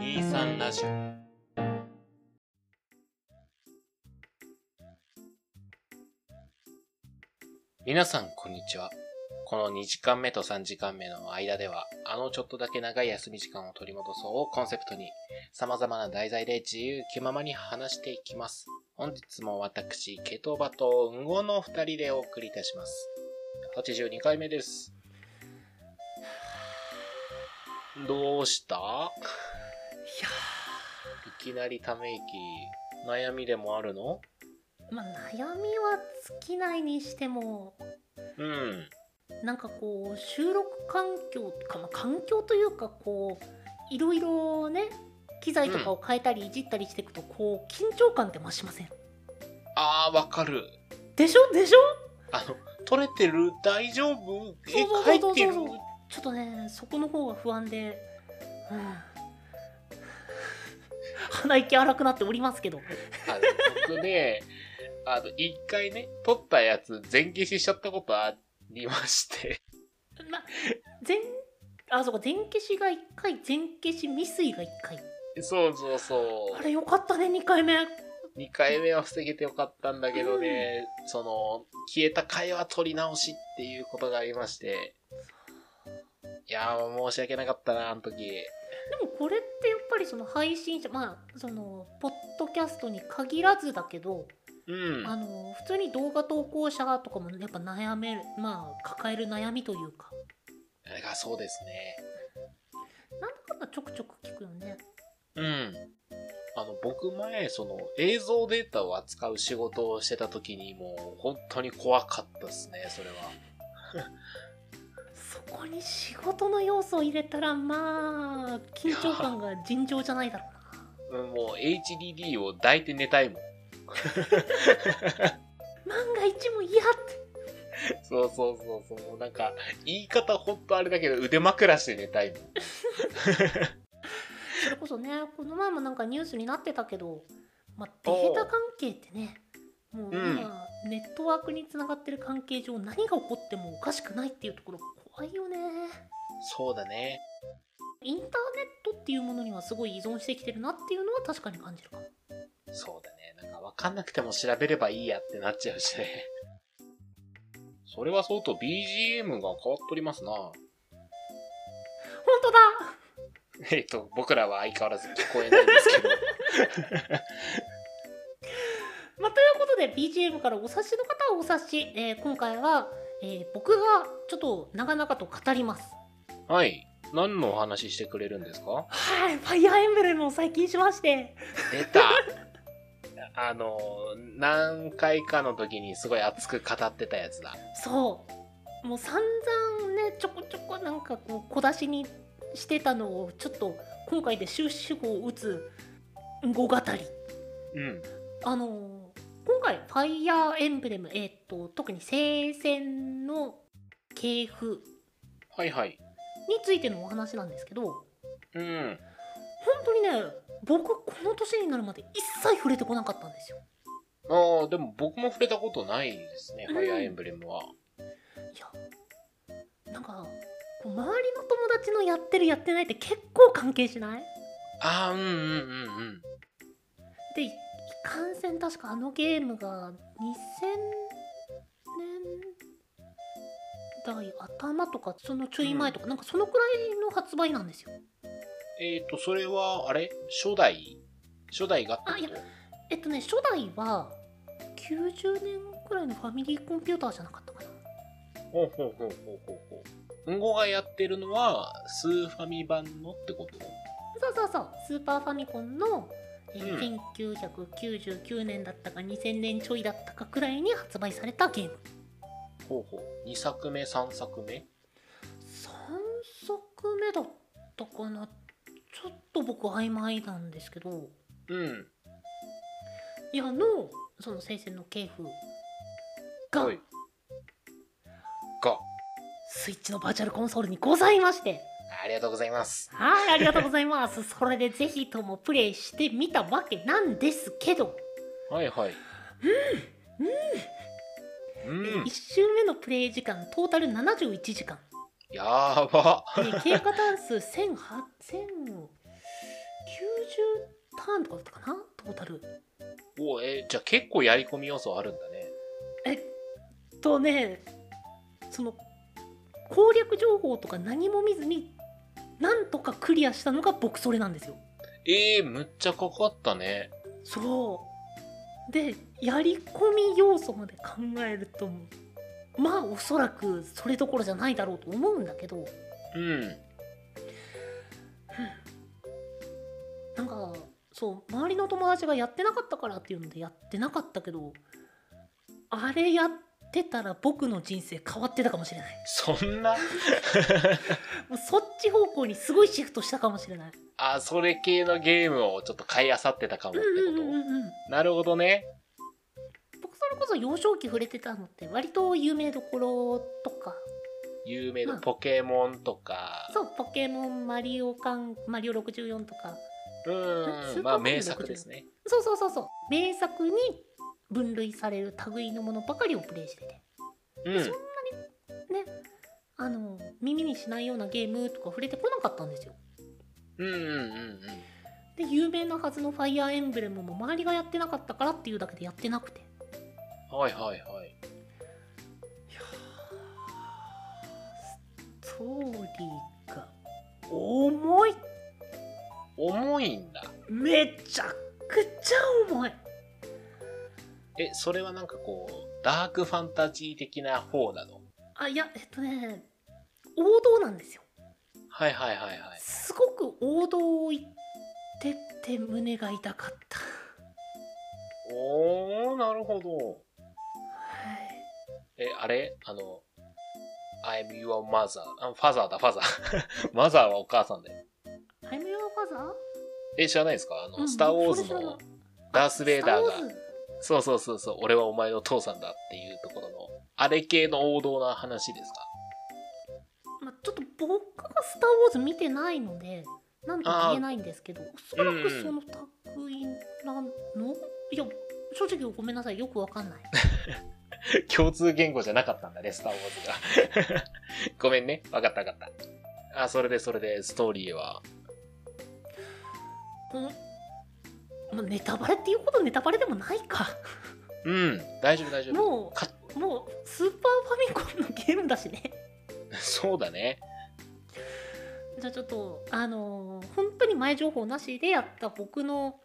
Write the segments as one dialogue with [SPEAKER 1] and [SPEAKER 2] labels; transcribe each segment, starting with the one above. [SPEAKER 1] E3 ラジオ皆さん、こんにちは。この2時間目と3時間目の間では、あのちょっとだけ長い休み時間を取り戻そうをコンセプトに、様々な題材で自由気ままに話していきます。本日も私、ケトバとウンゴの2人でお送りいたします。82回目です。どうした
[SPEAKER 2] いや
[SPEAKER 1] いきなりため息悩みでもあるの
[SPEAKER 2] ーまあ悩みは尽きないにしても
[SPEAKER 1] うん
[SPEAKER 2] なんかこう収録環境か、まあ、環境というかこういろいろね機材とかを変えたりいじったりしていくと、こう緊張感って増しません
[SPEAKER 1] あーわかる
[SPEAKER 2] でしょでしょ
[SPEAKER 1] あの取れてる大丈夫え
[SPEAKER 2] そう
[SPEAKER 1] 書
[SPEAKER 2] そう
[SPEAKER 1] い
[SPEAKER 2] そうそう
[SPEAKER 1] てる
[SPEAKER 2] ちょっとねそこの方が不安で、うん鼻息荒くなっておりますけど
[SPEAKER 1] あの僕ね あの一回ね取ったやつ全消ししちゃったことありまして
[SPEAKER 2] まあ全あそうか全消しが1回全消し未遂が1回
[SPEAKER 1] そうそうそ
[SPEAKER 2] あ
[SPEAKER 1] う
[SPEAKER 2] れよかったね2回目
[SPEAKER 1] 2回目は防げてよかったんだけどね、その消えた回は取り直しっていうことがありましていやーもう申し訳なかったなあの時
[SPEAKER 2] でもこれってやっぱりその配信者まあそのポッドキャストに限らずだけど、
[SPEAKER 1] うん
[SPEAKER 2] あの普通に動画投稿者とかもやっぱ悩めるまあ抱える悩みというか
[SPEAKER 1] あれがそうですね
[SPEAKER 2] なんだかんだちょくちょく聞くよね。
[SPEAKER 1] うん。あの、僕前、その映像データを扱う仕事をしてた時にもう本当に怖かったですね、それは。
[SPEAKER 2] そこに仕事の要素を入れたらまあ緊張感が尋常じゃないだろうな。
[SPEAKER 1] うんもう HDD を抱いて寝たいもん。
[SPEAKER 2] 万が一も嫌って
[SPEAKER 1] そうそうそうそう。もうなんか、言い方本当あれだけど腕枕して寝たいもん。
[SPEAKER 2] それこそねこの前もなんかニュースになってたけど、まあ、データ関係ってねもう今、ネットワークにつながってる関係上何が起こってもおかしくないっていうところが怖いよね
[SPEAKER 1] そうだね。
[SPEAKER 2] インターネットっていうものにはすごい依存してきてるなっていうのは確かに感じるかも
[SPEAKER 1] そうだね。なんかわかんなくても調べればいいやってなっちゃうしね。 それはそうと BGM が変わっとりますな。
[SPEAKER 2] 本当だ
[SPEAKER 1] えっと、僕らは相変わらず聞こえないんですけど。
[SPEAKER 2] まあ、ということで BGM からお察しの方はお察し、えー今回は、えー僕がちょっと長々と語ります
[SPEAKER 1] はい。何のお話ししてくれるんですか
[SPEAKER 2] はいファイアーエンブレムを最近しまして
[SPEAKER 1] 出た あの、何回かの時にすごい熱く語ってたやつだ。
[SPEAKER 2] そうもう散々ねちょこちょこなんかこう小出しにしてたのをちょっと今回で終止符を打つ語語り
[SPEAKER 1] うん。
[SPEAKER 2] あのー今回「ファイヤーエンブレム」えーっと特に聖戦の系譜
[SPEAKER 1] はいはい。
[SPEAKER 2] についてのお話なんですけど本
[SPEAKER 1] うん。
[SPEAKER 2] 当にね僕この年になるまで一切触れてこなかったんですよ
[SPEAKER 1] ああ、でも僕も触れたことないですね、
[SPEAKER 2] うん
[SPEAKER 1] ファイアーエンブレムは。
[SPEAKER 2] いやなんかこう周りの友達のやってるやってないって結構関係しない
[SPEAKER 1] ああ、うんうんうんうん。
[SPEAKER 2] でいかんせん確かあのゲームが2000年代頭とかそのちょい前とか、なんかそのくらいの発売なんですよ
[SPEAKER 1] えっ、と、それは、あれ初代初代がってこと
[SPEAKER 2] えっとね初代は90年くらいのファミリーコンピューターじゃなかったかな
[SPEAKER 1] ほうほうほうほうほうほう。うんごがやってるのは、スーファミ版のってこと
[SPEAKER 2] そうそうそうスーパーファミコンの、えー
[SPEAKER 1] うん
[SPEAKER 2] 1999年だったか2000年ちょいだったかくらいに発売されたゲーム
[SPEAKER 1] ほうほう。2作目、3作目
[SPEAKER 2] 3作目だったかなちょっと僕曖昧なんですけど
[SPEAKER 1] うん。
[SPEAKER 2] いやのその聖戦の系譜が、
[SPEAKER 1] はいが。
[SPEAKER 2] スイッチのバーチャルコンソールにございまして
[SPEAKER 1] ありがとうございます。
[SPEAKER 2] はいありがとうございます それでぜひともプレイしてみたわけなんですけど、
[SPEAKER 1] はいはい。うん。うん。
[SPEAKER 2] 1周目のプレイ時間トータル71 時間
[SPEAKER 1] やば。
[SPEAKER 2] で経過単数1800ターンとかだったかなトータル
[SPEAKER 1] おえじゃあ結構やり込み要素あるんだね
[SPEAKER 2] えっとねその攻略情報とか何も見ずになんとかクリアしたのが僕それなんですよ
[SPEAKER 1] えー、むっちゃかかったね
[SPEAKER 2] そうでやり込み要素まで考えるとまあおそらくそれどころじゃないだろうと思うんだけど
[SPEAKER 1] うん
[SPEAKER 2] なんかそう周りの友達がやってなかったからっていうのでやってなかったけどあれやってたら僕の人生変わってたかもしれない
[SPEAKER 1] そんな
[SPEAKER 2] もうそっち方向にすごいシフトしたかもしれない
[SPEAKER 1] あそれ系のゲームをちょっと買い漁ってたかもって
[SPEAKER 2] うん
[SPEAKER 1] こと、
[SPEAKER 2] うんうんうんうん
[SPEAKER 1] なるほどね
[SPEAKER 2] 僕それこそ幼少期触れてたのって割と有名どころとか
[SPEAKER 1] 有名な
[SPEAKER 2] うん
[SPEAKER 1] ポケモンとか、
[SPEAKER 2] そうポケモンマリオ缶マリオ64とか
[SPEAKER 1] うん、
[SPEAKER 2] スーパー
[SPEAKER 1] まあ
[SPEAKER 2] マリオ
[SPEAKER 1] 名作ですね
[SPEAKER 2] そうそうそうそう名作に分類される類のものばかりをプレイしてて
[SPEAKER 1] うん
[SPEAKER 2] そうねあの耳にしないようなゲームとか触れてこなかったんですよ
[SPEAKER 1] うんうんうんうん
[SPEAKER 2] で有名なはずのファイアーエンブレムも周りがやってなかったからっていうだけでやってなくて
[SPEAKER 1] はいはいはい
[SPEAKER 2] ストーリーが重い
[SPEAKER 1] 重いんだ
[SPEAKER 2] めちゃくちゃ重い
[SPEAKER 1] えそれはなんかこうダークファンタジー的な方なの
[SPEAKER 2] あいやえっとね王道なんですよ
[SPEAKER 1] はいはいはいはい
[SPEAKER 2] すごく王道を言ってて胸が痛かった
[SPEAKER 1] おーなるほど
[SPEAKER 2] はい
[SPEAKER 1] えあれあの I'm your mother あファザーだファ ザーマザーはお母さんだよ
[SPEAKER 2] 「I'm your father
[SPEAKER 1] え知らないですかあの、
[SPEAKER 2] うん
[SPEAKER 1] スター・ウォーズ
[SPEAKER 2] それ知らな
[SPEAKER 1] の
[SPEAKER 2] い
[SPEAKER 1] ダース・ベイダーが
[SPEAKER 2] スタウォ
[SPEAKER 1] そ
[SPEAKER 2] ズ
[SPEAKER 1] うそうそうそう俺はお前の父さんだっていうところのあれ系の王道な話ですか
[SPEAKER 2] まあ、ちょっと僕が「スター・ウォーズ」見てないのでなんとも言えないんですけどおそらくその類なの、いや正直ごめんなさいよくわか んない
[SPEAKER 1] 共通言語じゃなかったんだね、スター・ウォーズが。 ごめんね。わかったわかった。あ、それでそれで、ストーリーは。
[SPEAKER 2] この、まあ、ネタバレっていうことネタバレでもないか
[SPEAKER 1] うん、大丈夫大丈夫。
[SPEAKER 2] も
[SPEAKER 1] か
[SPEAKER 2] うもうスーパーファミコンのゲームだしね
[SPEAKER 1] そうだね。
[SPEAKER 2] じゃあちょっとあのー本当に前情報なしでやった僕の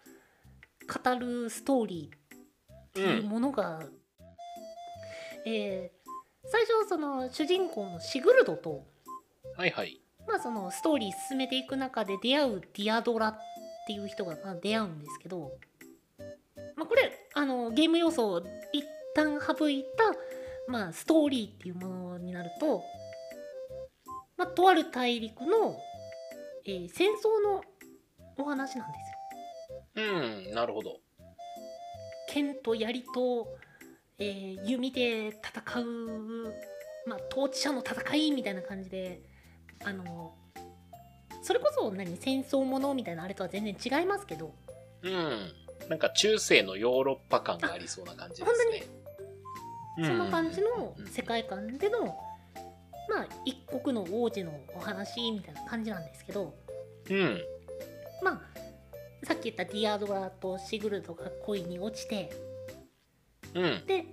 [SPEAKER 2] 語るストーリーって
[SPEAKER 1] う。
[SPEAKER 2] いうんものが、えー最初その主人公のシグルドと、
[SPEAKER 1] はいはい。
[SPEAKER 2] まあ、そのストーリー進めていく中で出会うディアドラっていう人がまあ出会うんですけど、まあ、これあのゲーム要素を一旦省いた、まあ、ストーリーっていうものになると、まあ、とある大陸の、えー戦争のお話なんですよ。
[SPEAKER 1] うん、なるほど。
[SPEAKER 2] 剣と槍と、えー弓で戦う、まあ、統治者の戦いみたいな感じであのそれこそ何戦争ものみたいなあれとは全然違いますけど
[SPEAKER 1] うん。なんか中世のヨーロッパ感がありそうな感じですね。
[SPEAKER 2] そんな感じの
[SPEAKER 1] うん
[SPEAKER 2] 世界観での、まあ、一国の王子のお話みたいな感じなんですけど、
[SPEAKER 1] うん。
[SPEAKER 2] まあ、さっき言ったディアドラとシグルドが恋に落ちて。
[SPEAKER 1] うん。
[SPEAKER 2] で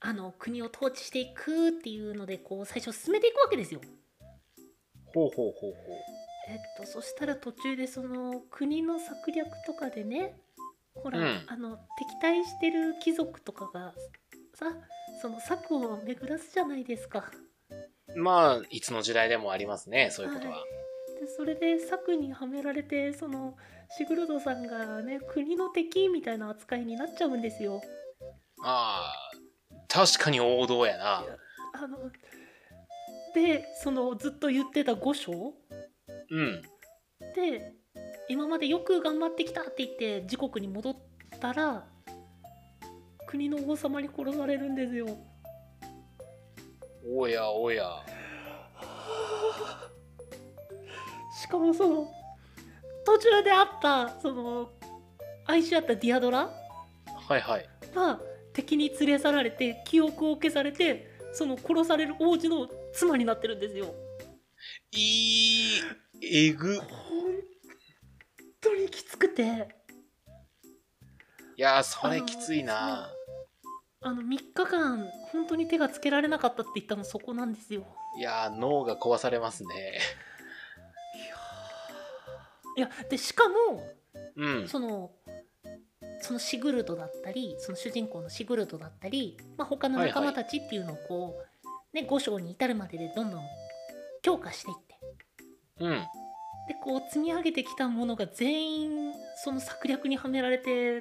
[SPEAKER 2] あの国を統治していくっていうのでこう最初進めていくわけですよ。
[SPEAKER 1] ほうほうほうほう。
[SPEAKER 2] えっと、そしたら途中でその国の策略とかでねほら、
[SPEAKER 1] うん
[SPEAKER 2] あの敵対してる貴族とかがさその策を巡らすじゃないですか。
[SPEAKER 1] まあ、いつの時代でもありますね、そういうことは。
[SPEAKER 2] はでそれで策にはめられてそのシグルドさんがね国の敵みたいな扱いになっちゃうんですよ。
[SPEAKER 1] ああ、確かに王道やな。
[SPEAKER 2] あのでそのずっと言ってた五章
[SPEAKER 1] うん。
[SPEAKER 2] で今までよく頑張ってきたって言って自国に戻ったら国の王様に殺されるんですよ
[SPEAKER 1] おやおや。
[SPEAKER 2] しかもその途中で会ったその愛し合ったディアドラ
[SPEAKER 1] はいはい。
[SPEAKER 2] は敵に連れ去られて記憶を消されてその殺される王子の妻になってるんですよ
[SPEAKER 1] いい、えぐ。
[SPEAKER 2] 本当ににきつくて
[SPEAKER 1] いやーそれきついな
[SPEAKER 2] あの3日間本当に手がつけられなかったって言ったのそこなんですよ
[SPEAKER 1] いやー脳が壊されますね
[SPEAKER 2] いやでしかも
[SPEAKER 1] うん
[SPEAKER 2] そのそのシグルドだったりその主人公のシグルドだったり、まあ、他の仲間たちっていうのをこう、ね、5章に至るまででどんどん強化していって
[SPEAKER 1] うん
[SPEAKER 2] でこう積み上げてきたものが全員その策略にはめられて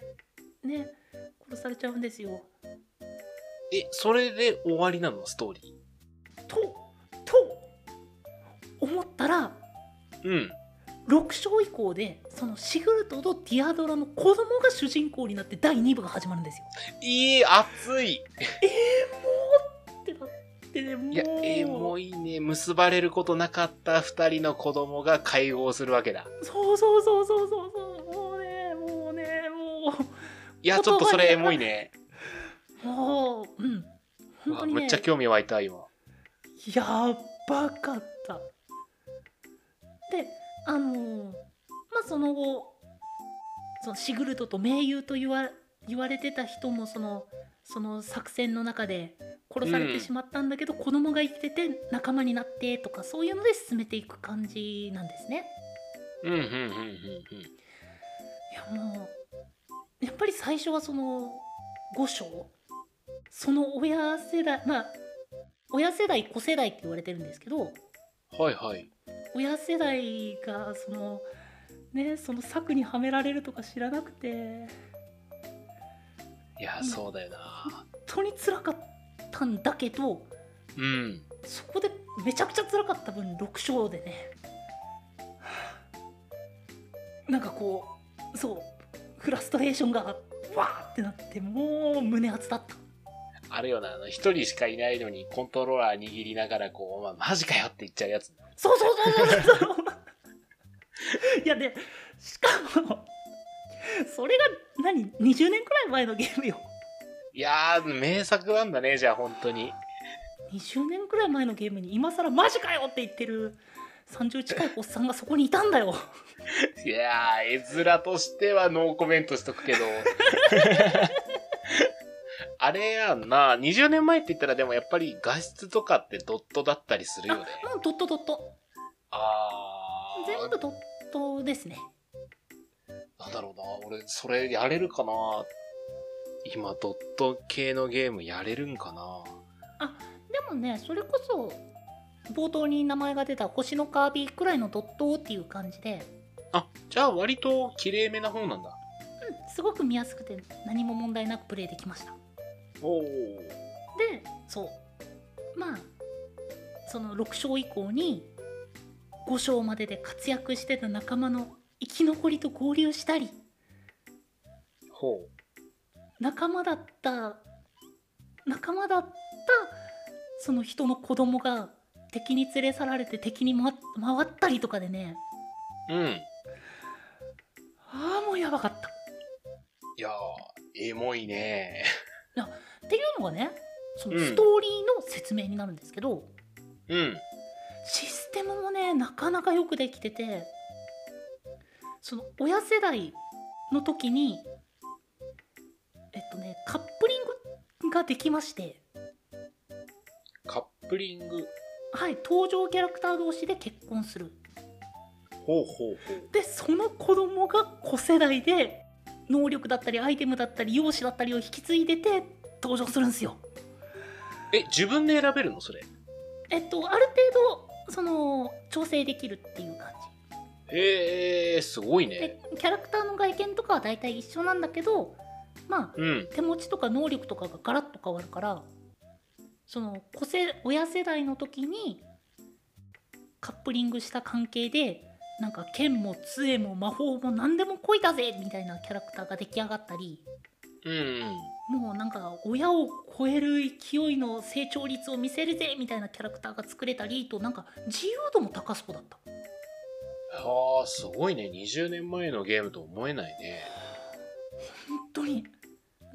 [SPEAKER 2] ね殺されちゃうんですよ。
[SPEAKER 1] えそれで終わりなのストーリ
[SPEAKER 2] とと思ったら
[SPEAKER 1] ーうん
[SPEAKER 2] 6章以降でそのシグルトとディアドラの子供が主人公になって第2部が始まるんですよ。
[SPEAKER 1] いい熱い
[SPEAKER 2] ってなってねもう
[SPEAKER 1] いやエモいね結ばれることなかった2人の子供が会合するわけだ
[SPEAKER 2] そうそうそうそうそうそうもうねもうねも
[SPEAKER 1] いやちょっとそれエモいね
[SPEAKER 2] うもううん
[SPEAKER 1] う
[SPEAKER 2] 本
[SPEAKER 1] わ
[SPEAKER 2] 当に
[SPEAKER 1] む
[SPEAKER 2] ね
[SPEAKER 1] っちゃ興味湧いた今
[SPEAKER 2] やばかったであのーまあその後そのシグルトと盟友と言わ言われてた人もそのその作戦の中で殺され
[SPEAKER 1] うん
[SPEAKER 2] てしまったんだけど、子供が生きてて仲間になってとかそういうので進めていく感じなんですね。
[SPEAKER 1] うんうんうんうん
[SPEAKER 2] いやもうやっぱり最初はその5章その親世代まあ親世代子世代って言われてるんですけど
[SPEAKER 1] うんはいはい
[SPEAKER 2] 親世代がそのねその策にはめられるとか知らなくて
[SPEAKER 1] いやそうだよな
[SPEAKER 2] 本当に辛かったんだけど
[SPEAKER 1] うん
[SPEAKER 2] そこでめちゃくちゃ辛かった分6章でねはあなんかこうそうフラストレーションがわーってなってもう胸熱だった。
[SPEAKER 1] あれよな、あの、一人しかいないのにコントローラー握りながら、こう、お前マジかよって言っちゃうやつ。
[SPEAKER 2] そうそうそうそうそういやでしかもそれが何20年くらい前のゲームよ
[SPEAKER 1] いやー、名作なんだね、じゃあ、本当に。
[SPEAKER 2] 20年くらい前のゲームに今更マジかよって言ってる30近いおっさんがそこにいたんだよ
[SPEAKER 1] いやー、絵面としてはノーコメントしとくけ ど。あれやんな、20年前って言ったら、でもやっぱり画質とかってドットだったりする
[SPEAKER 2] あ
[SPEAKER 1] よ
[SPEAKER 2] も
[SPEAKER 1] ね。
[SPEAKER 2] うドットドット
[SPEAKER 1] あ
[SPEAKER 2] 全
[SPEAKER 1] ー、
[SPEAKER 2] 部ドットですね
[SPEAKER 1] なんだろうな、俺、それやれるかな。今、ドット系のゲームやれるんかな。
[SPEAKER 2] でもねそれこそ冒頭に名前が出た星のカービィくらいのドットっていう感じで、
[SPEAKER 1] あ、じゃあ割と綺麗めな方なんだ。
[SPEAKER 2] うん、すごく見やすくて何も問題なくプレイできました
[SPEAKER 1] おー。
[SPEAKER 2] でそうまあその6章以降に5章までで活躍してた仲間の生き残りと合流したり
[SPEAKER 1] ほう。
[SPEAKER 2] 仲間だった仲間だったその人の子供が敵に連れ去られて敵に回回ったりとかでね
[SPEAKER 1] うん。
[SPEAKER 2] ああもうやばかった。
[SPEAKER 1] いやー、エモいね。
[SPEAKER 2] っていうのがねその
[SPEAKER 1] うん
[SPEAKER 2] ストーリーの説明になるんですけど、
[SPEAKER 1] うん。
[SPEAKER 2] システムもねなかなかよくできててその親世代の時にえっとねカップリングができまして
[SPEAKER 1] カップリング。
[SPEAKER 2] はい登場キャラクター同士で結婚する
[SPEAKER 1] ほうほうほう。
[SPEAKER 2] でその子供が子世代で能力だったりアイテムだったり容姿だったりを引き継いでて登場するんですよ
[SPEAKER 1] え、自分で選べるのそれ。
[SPEAKER 2] えっとある程度その調整できるっていう感じ
[SPEAKER 1] へえー、すごいね
[SPEAKER 2] で。キャラクターの外見とかは大体一緒なんだけどまあ
[SPEAKER 1] うん。
[SPEAKER 2] 手持ちとか能力とかがガラッと変わるからその子世親世代の時にカップリングした関係でなんか剣も杖も魔法も何でもこいだぜみたいなキャラクターが出来上がったり
[SPEAKER 1] うんうん。
[SPEAKER 2] もうなんか親を超える勢いの成長率を見せるぜみたいなキャラクターが作れたりとなんか自由度も高そうだった。
[SPEAKER 1] あー、すごいね。20年前のゲームと思えないね。
[SPEAKER 2] 本当に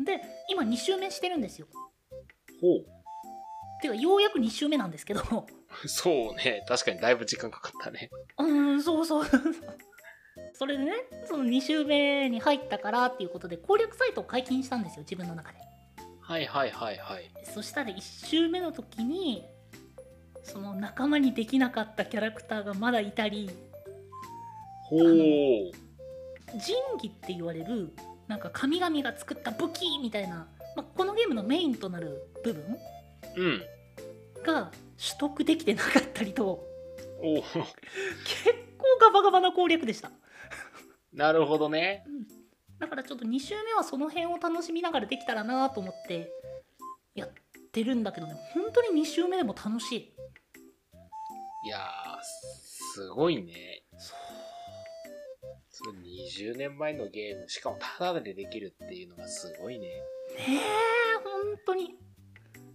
[SPEAKER 2] で今2周目してるんですよ
[SPEAKER 1] ほう。
[SPEAKER 2] てかようやく2周目なんですけど
[SPEAKER 1] そうね。確かにだいぶ時間かかったね。
[SPEAKER 2] うーんそうそうそれでねその2週目に入ったからっていうことで攻略サイトを解禁したんですよ自分の中で
[SPEAKER 1] はいはいはいはい。
[SPEAKER 2] そしたら1周目の時にその仲間にできなかったキャラクターがまだいたり
[SPEAKER 1] ほう。
[SPEAKER 2] 仁義って言われるなんか神々が作った武器みたいな、まあ、このゲームのメインとなる部分
[SPEAKER 1] うん。
[SPEAKER 2] が取得できてなかったりと
[SPEAKER 1] おお。
[SPEAKER 2] 結構ガバガバな攻略でした
[SPEAKER 1] なるほどね。
[SPEAKER 2] だからちょっと2周目はその辺を楽しみながらできたらなと思ってやってるんだけどね本当に2周目でも楽しい
[SPEAKER 1] いやー、すごいね。それ20年前のゲーム、しかもタダでできるっていうのがすごいね。
[SPEAKER 2] ねえ本当に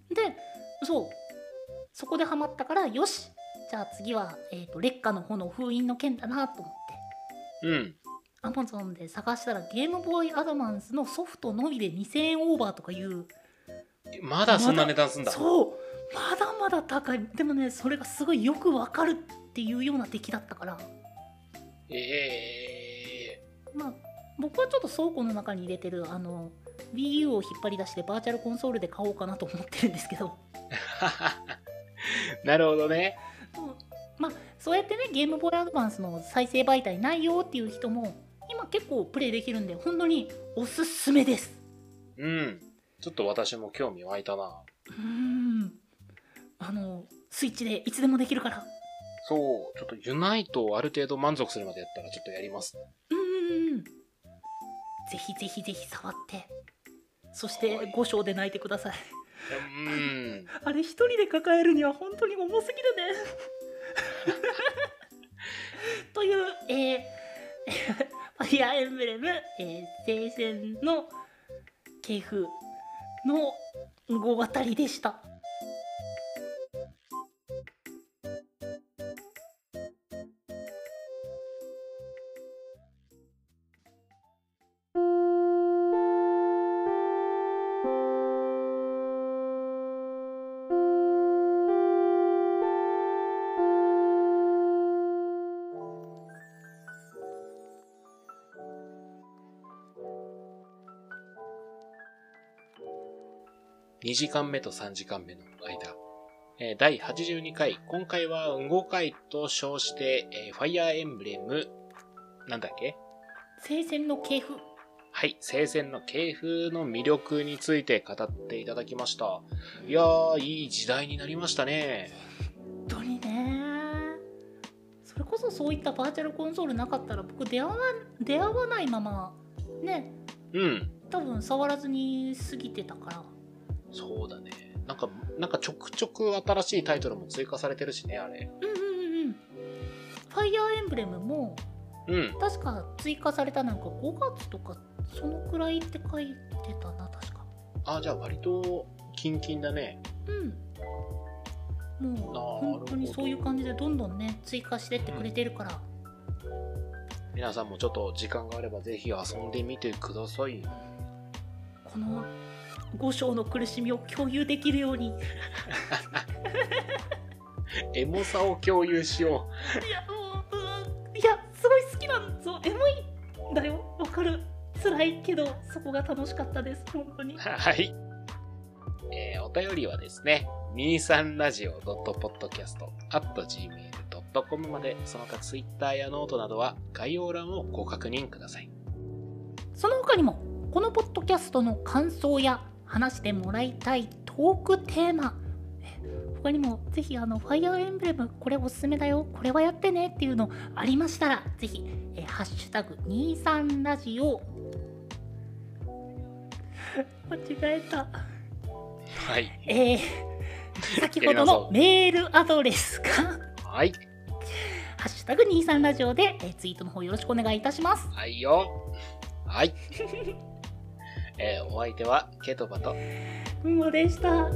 [SPEAKER 2] でそうそこでハマったからよしじゃあ次は、えー、と劣化の炎封印の剣だなと思って
[SPEAKER 1] うん。
[SPEAKER 2] アマゾンで探したらゲームボーイアドバンスのソフトのみで2000円オーバーとかいう
[SPEAKER 1] まだそんな値段すんだ。
[SPEAKER 2] そうまだまだ高いでもねそれがすごいよくわかるっていうような出来だったから
[SPEAKER 1] ええ
[SPEAKER 2] まあ僕はちょっと倉庫の中に入れてるあの Wii U を引っ張り出してバーチャルコンソールで買おうかなと思ってるんですけど
[SPEAKER 1] ー。なるほどね。
[SPEAKER 2] まあそうやってねゲームボーイアドバンスの再生媒体ないよっていう人も今結構プレイできるんで本当におすすめです
[SPEAKER 1] うん。ちょっと私も興味湧いたな。
[SPEAKER 2] うーんあのスイッチでいつでもできるから
[SPEAKER 1] そう、ちょっとユナイトをある程度満足するまでやったらちょっとやります。
[SPEAKER 2] うんうんうんぜひぜひぜひ触ってそし
[SPEAKER 1] は
[SPEAKER 2] て
[SPEAKER 1] い
[SPEAKER 2] 5章で泣いてください
[SPEAKER 1] うん。
[SPEAKER 2] あれ一人で抱えるには本当に重すぎるねというえー ファイアーエンブレム、えー、聖戦の系譜の語語りでした
[SPEAKER 1] 2時間目と3時間目の間、えー第82回、今回は運動会と称して、えーファイアーエンブレム、なんだっけ
[SPEAKER 2] 聖戦の系譜
[SPEAKER 1] はい、聖戦の系譜の魅力について語っていただきました。いやー、いい時代になりましたね。
[SPEAKER 2] 本当にねそれこそそういったバーチャルコンソールなかったら僕出会わ出会わないままね
[SPEAKER 1] うん、
[SPEAKER 2] 多分触らずに過ぎてたから
[SPEAKER 1] そうだね。なんか、なんかちょくちょく新しいタイトルも追加されてるしね、あれ。
[SPEAKER 2] うんうんうんうんファイアーエンブレムも
[SPEAKER 1] うん、
[SPEAKER 2] 確か追加されたなんか5月とかそのくらいって書いてたな確か
[SPEAKER 1] あ、じゃあ割と、キンキンだね。
[SPEAKER 2] うんもう
[SPEAKER 1] なるほど
[SPEAKER 2] 本当にそういう感じでどんどんね追加してってくれてるから、
[SPEAKER 1] 皆さんもちょっと時間があればぜひ遊んでみてください。
[SPEAKER 2] この5章の苦しみを共有できるように
[SPEAKER 1] エモさを共有しよう。
[SPEAKER 2] いや、もう、うん、いや、すごい好きなんぞ、エモいんだよ、わかる。辛いけど、そこが楽しかったです、本当に。
[SPEAKER 1] はい。えーお便りはですね、23radio.podcast.gmail.com まで、その他 Twitter やノートなどは概要欄をご確認ください。
[SPEAKER 2] その他にも、このポッドキャストの感想や、話してもらいたいトークテーマ、え他にも、ぜひ、あの、ファイアーエンブレム、これおすすめだよ、これはやってねっていうのありましたら、ぜひ、えハッシュタグ23ラジオ。間違えた。
[SPEAKER 1] はい。
[SPEAKER 2] えー、先ほどのメールアドレスが、ハ
[SPEAKER 1] はい。
[SPEAKER 2] ッシュタグ23ラジオで、えーツイートの方よろしくお願いいたします。
[SPEAKER 1] はいよ。はい。 えーお相手はケトバと、
[SPEAKER 2] うんごでした。あ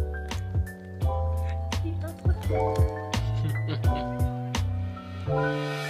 [SPEAKER 2] りがとう。